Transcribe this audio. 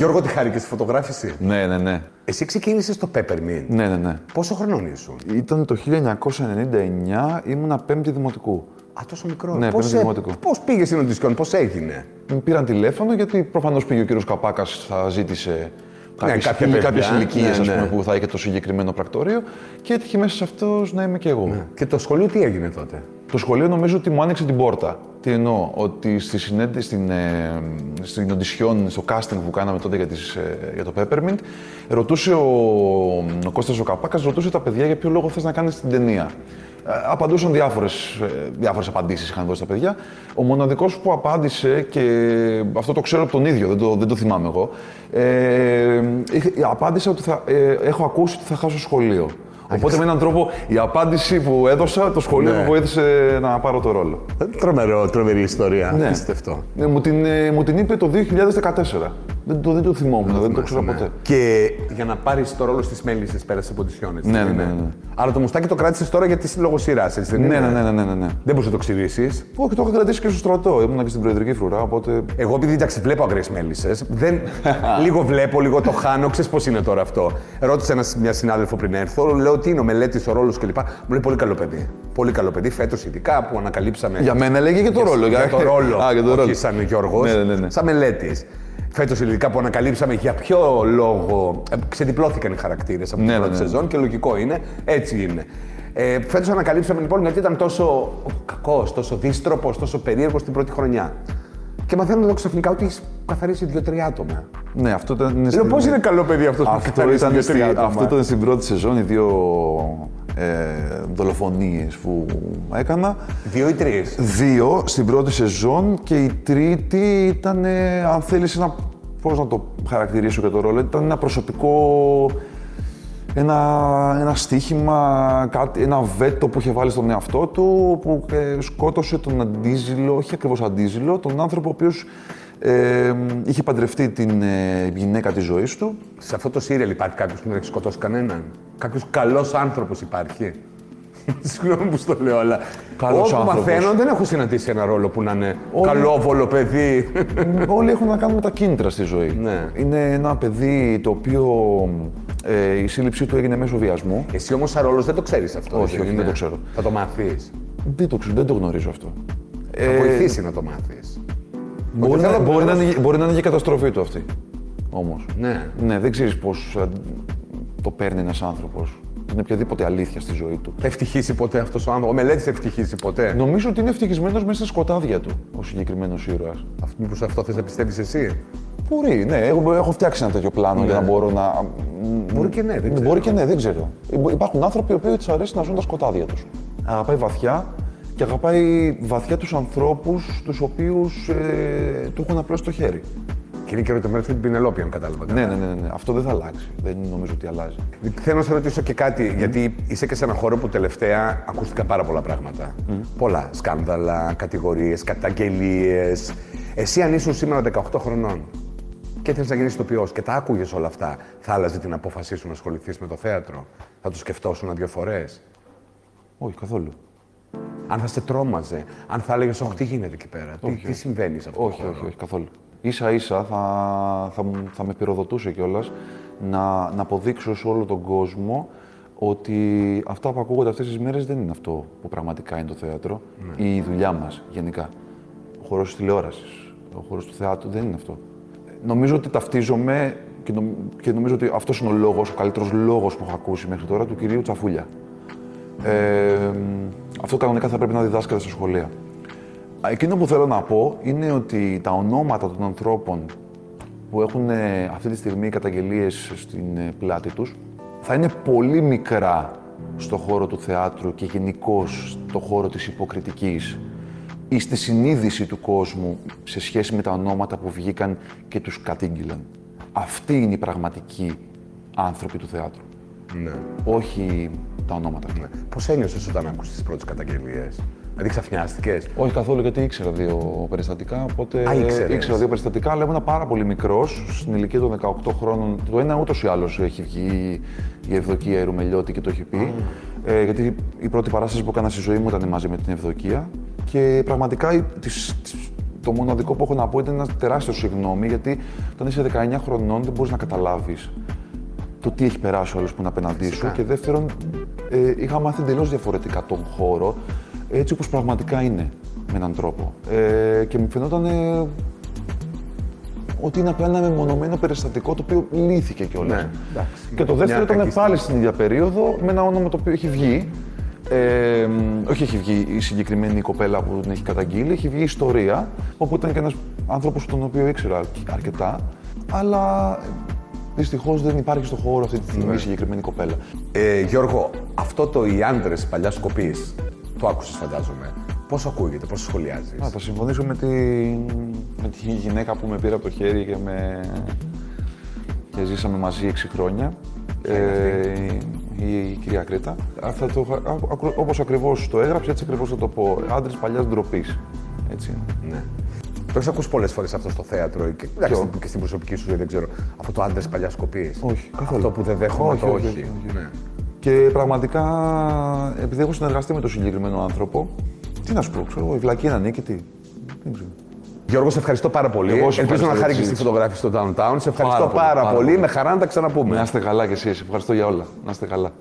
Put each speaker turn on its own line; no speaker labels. εγώ τη χάρη και στη φωτογράφηση.
Ναι, ναι, ναι.
Εσύ ξεκίνησες στο Peppermint.
Ναι, ναι, ναι.
Πόσο χρονών ήσουν.
Ήταν το 1999, ήμουνα πέμπτη δημοτικού.
Α, τόσο μικρό.
Ναι,
πώς, ε,
πέμπτη δημοτικού.
πώς πήγε στην Οντισκόν, πώς έγινε.
Μου πήραν τηλέφωνο γιατί προφανώς πήγε ο κύριος Καπάκας, θα ζήτησε
κάποια
κάποιε
παιδιά,
κάποιες ηλικίε
ναι, ναι.
που θα είχε το συγκεκριμένο πρακτορείο και έτυχε μέσα σε αυτός να είμαι και εγώ.
Και το σχολείο τι έγινε τότε.
Το σχολείο νομίζω ότι μου άνοιξε την πόρτα. Τι εννοώ, ότι στη συνέντευξη στην, ε, στην audition, στο casting που κάναμε τότε για, τις, ε, για το Peppermint, ρωτούσε ο, ο Κώστας ο Καπάκας, ρωτούσε τα παιδιά για ποιο λόγο θες να κάνεις την ταινία. Ε, απαντούσαν διάφορες, ε, διάφορες απαντήσεις είχαν δώσει τα παιδιά. Ο μοναδικός που απάντησε, και αυτό το ξέρω από τον ίδιο, δεν το, δεν το θυμάμαι εγώ, ε, είχε- απάντησε ότι θα, ε, έχω ακούσει ότι θα χάσω σχολείο. Οπότε με έναν τρόπο η απάντηση που έδωσα, το σχολείο
Ναι.
μου βοήθησε να πάρω το ρόλο.
Ε, Τρομερό, τρομερή ιστορία.
Ναι.
Απίστευτο.
Ναι, μου, την, ε, μου την είπε το 2014. Δεν το, δεν το θυμόμουν, δεν το ξέρω ποτέ.
Και για να πάρεις το ρόλο τη Μέλισσα πέρασε από τις χιόνες.
Ναι, ναι, ναι, ναι.
Αλλά το μουστάκι το κράτησες τώρα γιατί λόγω σειράς, έτσι δεν
Ναι,
είναι.
ναι, ναι, ναι, ναι, ναι, ναι.
Δεν μπορούσε να το ξηρίσει.
Όχι, το έχω κρατήσει και στο στρατό. Ήμουν και στην προεδρική φρουρά, οπότε.
Εγώ επειδή εντάξει βλέπω αγριές μέλισσες, δεν... λίγο βλέπω, λίγο το χάνω, ξέρεις πώς είναι τώρα αυτό. Ρώτησε ένας, μια συνάδελφο πριν έρθω, λέω τι είναι ο μελέτης, ο ρόλος κλπ. Μου λέει πολύ καλό παιδί. Πολύ καλό παιδί, φέτος ειδικά που ανακαλύψαμε.
Για μένα λέγε και το ρόλο.
Για, το ρόλο.
Α, για το
όχι
ρόλο.
σαν Γιώργος.
Ναι, ναι, ναι.
Σαν μελέτης. Φέτος ειδικά που ανακαλύψαμε για ποιο λόγο. ε, ξεδιπλώθηκαν οι χαρακτήρες από την
Ναι, ναι,
πρώτη
ναι.
σεζόν και λογικό είναι. Έτσι είναι. Ε, Φέτος ανακαλύψαμε λοιπόν γιατί ήταν τόσο κακός, τόσο δίστροπο, τόσο περίεργος την πρώτη χρονιά. Και μαθαίνω εδώ ξαφνικά ότι έχεις καθαρίσει δύο-τρία άτομα.
Ναι, αυτό ήταν.
Λέω πώς είναι καλό παιδί αυτός που
Αυτό
καθαρίσει
ήταν, στη,
δύο-τρία άτομα.
αυτό ήταν στην πρώτη σεζόν οι δύο ε, δολοφονίες που έκανα.
Δύο ή τρεις.
Δύο στην πρώτη σεζόν και η τρίτη ήταν, ε, αν θέλεις, ένα, πώς να το χαρακτηρίσω και το ρόλο, ήταν ένα προσωπικό, ένα, ένα στοίχημα, κάτι, ένα βέτο που είχε βάλει στον εαυτό του, που ε, σκότωσε τον αντίζηλο, όχι ακριβώς αντίζηλο, τον άνθρωπο ο οποίος ε, είχε παντρευτεί την ε, γυναίκα της ζωής του
Σε αυτό το σύριαλ υπάρχει κάποιος που δεν έχει σκοτώσει κανέναν. Κάποιος καλός άνθρωπος υπάρχει. Συγγνώμη που στο λέω, αλλά.
Καλός
Όπου
άνθρωπος.
μαθαίνω, δεν έχω συναντήσει ένα ρόλο που να είναι καλόβολο παιδί.
Όλοι έχουν να κάνουν με τα κίνητρα στη ζωή.
Ναι.
Είναι ένα παιδί το οποίο ε, η σύλληψή του έγινε μέσω βιασμού.
Εσύ όμως σαν ρόλος δεν το ξέρεις αυτό.
Όχι,
έτσι,
όχι,
είναι.
δεν το ξέρω.
Θα το μάθεις.
Δεν το, ξέρω, δεν το γνωρίζω αυτό.
Θα
Ε,
βοηθήσει να το μάθεις.
Μπορεί,
θέλω
να,
να
μπορεί, να
μιλάω-
είναι, μπορεί να είναι και η καταστροφή του αυτή. Όμως.
Ναι.
Ναι, δεν ξέρεις πώς το παίρνει ένας άνθρωπος. Την οποιαδήποτε αλήθεια στη ζωή του.
Θα ευτυχήσει ποτέ αυτός ο άνθρωπος. Ο μελέτης θα ευτυχήσει ποτέ.
Νομίζω ότι είναι ευτυχισμένος μέσα στα σκοτάδια του ο συγκεκριμένος ήρωας.
Αυτό- Μήπως αυτό θες να πιστεύεις εσύ.
Μπορεί, ναι. Έχω, έχω φτιάξει ένα τέτοιο πλάνο για να μπορώ να.
Ναι. Μπορεί και ναι, δεν ξέρω.
Μπορεί και ναι, δεν ξέρω. Υπάρχουν άνθρωποι οι οποίοι τους αρέσει να ζουν τα σκοτάδια τους. Αγαπάει βαθιά και αγαπάει βαθιά τους ανθρώπους τους οποίους ε, του έχουν απλώσει το χέρι.
Και είναι και ερωτευμένο με την Πινελόπη, αν κατάλαβα. καλά.
Ναι, ναι, ναι, ναι. Αυτό δεν θα αλλάξει. Δεν νομίζω ότι αλλάζει.
Θέλω να σε ρωτήσω και κάτι, γιατί είσαι και σε έναν χώρο που τελευταία ακούστηκαν πάρα πολλά πράγματα. Πολλά. Σκάνδαλα, κατηγορίες, καταγγελίες. Εσύ, αν ήσουν σήμερα 18 χρονών και ήθελε να γίνεις ηθοποιός και τα άκουγες όλα αυτά, θα άλλαζε την απόφασή σου να ασχοληθείς με το θέατρο. Θα το σκεφτόσουν δύο φορές.
Όχι, καθόλου.
Αν θα σε τρόμαζε, αν θα έλεγες Όχι, τι γίνεται εκεί πέρα, τι, τι συμβαίνει σε αυτό. το
Όχι,
χώρο».
όχι, όχι, καθόλου. σα ίσα θα, θα, μου- θα με πυροδοτούσε κιόλας να, να αποδείξω σε όλο τον κόσμο ότι αυτά που ακούγονται αυτές τις μέρες δεν είναι αυτό που πραγματικά είναι το θέατρο
Ναι.
ή η δουλειά μας γενικά. Ο χώρος της τηλεόρασης, ο χώρος του θεάτρου δεν είναι αυτό. Νομίζω ότι ταυτίζομαι και, νομ- και νομίζω ότι αυτός είναι ο λόγος, ο καλύτερος λόγος που έχω ακούσει μέχρι τώρα του κυρίου Τσαφούλια. Ε, αυτό κανονικά θα πρέπει να διδάσκεται στα σχολεία. Εκείνο που θέλω να πω είναι ότι τα ονόματα των ανθρώπων που έχουν ε, αυτή τη στιγμή καταγγελίες στην ε, πλάτη τους θα είναι πολύ μικρά στο χώρο του θεάτρου και γενικώ στο χώρο της υποκριτικής ή στη συνείδηση του κόσμου σε σχέση με τα ονόματα που βγήκαν και τους κατήγγυλαν. Αυτοί είναι οι πραγματικοί άνθρωποι του θεάτρου. Όχι τα ονόματα.
Πώς ένιωσες όταν άκουσες τις πρώτες καταγγελίες, Δηλαδή ξαφνιάστηκες.
Όχι καθόλου, γιατί ήξερα δύο περιστατικά. Οπότε
Α, ήξερες.
ήξερα δύο περιστατικά, αλλά ήμουν πάρα πολύ μικρός, στην ηλικία των 18 χρόνων. Το ένα ούτως ή άλλως έχει βγει η Ευδοκία η Ρουμελιώτη και το έχει πει. Ε, γιατί η πρώτη παράσταση που έκανα στη ζωή μου ήταν μαζί με την Ευδοκία. Και πραγματικά τις- τις- το μοναδικό που έχω να πω είναι ένα τεράστιο συγγνώμη, γιατί όταν είσαι 19 χρονών δεν μπορείς να καταλάβεις το τι έχει περάσει ο άλλος που είναι απέναντί σου. Και δεύτερον, ε, είχα μάθει εντελώς διαφορετικά τον χώρο, έτσι όπως πραγματικά είναι, με έναν τρόπο. Ε, και μου φαινόταν ε, ότι είναι απλά ένα μεμονωμένο περιστατικό το οποίο λύθηκε κιόλας.
Ναι, εντάξει.
Και το
Μια
δεύτερο ήταν
κακή
πάλι στην ίδια περίοδο με ένα όνομα το οποίο έχει βγει. Ε, μ, όχι, έχει βγει η συγκεκριμένη κοπέλα που την έχει καταγγείλει, έχει βγει η ιστορία, όπου ήταν και ένας άνθρωπος τον οποίο ήξερα αρκ- αρκετά, αλλά δυστυχώς δεν υπάρχει στον χώρο αυτή τη
Ναι.
στιγμή η συγκεκριμένη κοπέλα.
Ε, Γιώργο, αυτό το οι άντρες παλιάς κοπής, το άκουσες φαντάζομαι. Πώς ακούγεται, πώς σχολιάζεις.
Α, θα συμφωνήσω με τη, με τη γυναίκα που με πήρε από το χέρι και, με, και ζήσαμε μαζί 6 χρόνια. Ε, η, η κυρία Κρήτα. Α, Θα το, είχα- α- ακρο- όπως ακριβώς το έγραψε, έτσι ακριβώς θα το πω. Άντρες παλιάς ντροπής. Έτσι είναι.
Ναι. Το έχεις ακούσει πολλές φορές αυτό στο θέατρο και, εντάξει,
Ποιο?
στην- και στην προσωπική σου ζωή, δεν ξέρω. Αυτό το άντρες παλιάς κοπής.
Όχι, καθόλου.
Αυτό που δεν δέχομαι,
Όχι,
το
όχι,
όχι.
όχι, όχι.
Ναι.
Και πραγματικά, επειδή έχω συνεργαστεί με τον συγκεκριμένο άνθρωπο, τι να σου πω, ξέρω εγώ, η βλακή είναι ανίκητη. Δεν ξέρω.
Γιώργος, σε ευχαριστώ πάρα πολύ.
Εγώ σε
Ελπίζω
ευχαριστώ,
να χάρη και
έτσι.
στη φωτογράφηση στο Downtown. Σε ευχαριστώ πάρα,
πολύ, πάρα
πολύ.
πολύ.
Με χαρά να τα ξαναπούμε.
Να είστε καλά κι εσείς. Ευχαριστώ για όλα. Να είστε καλά.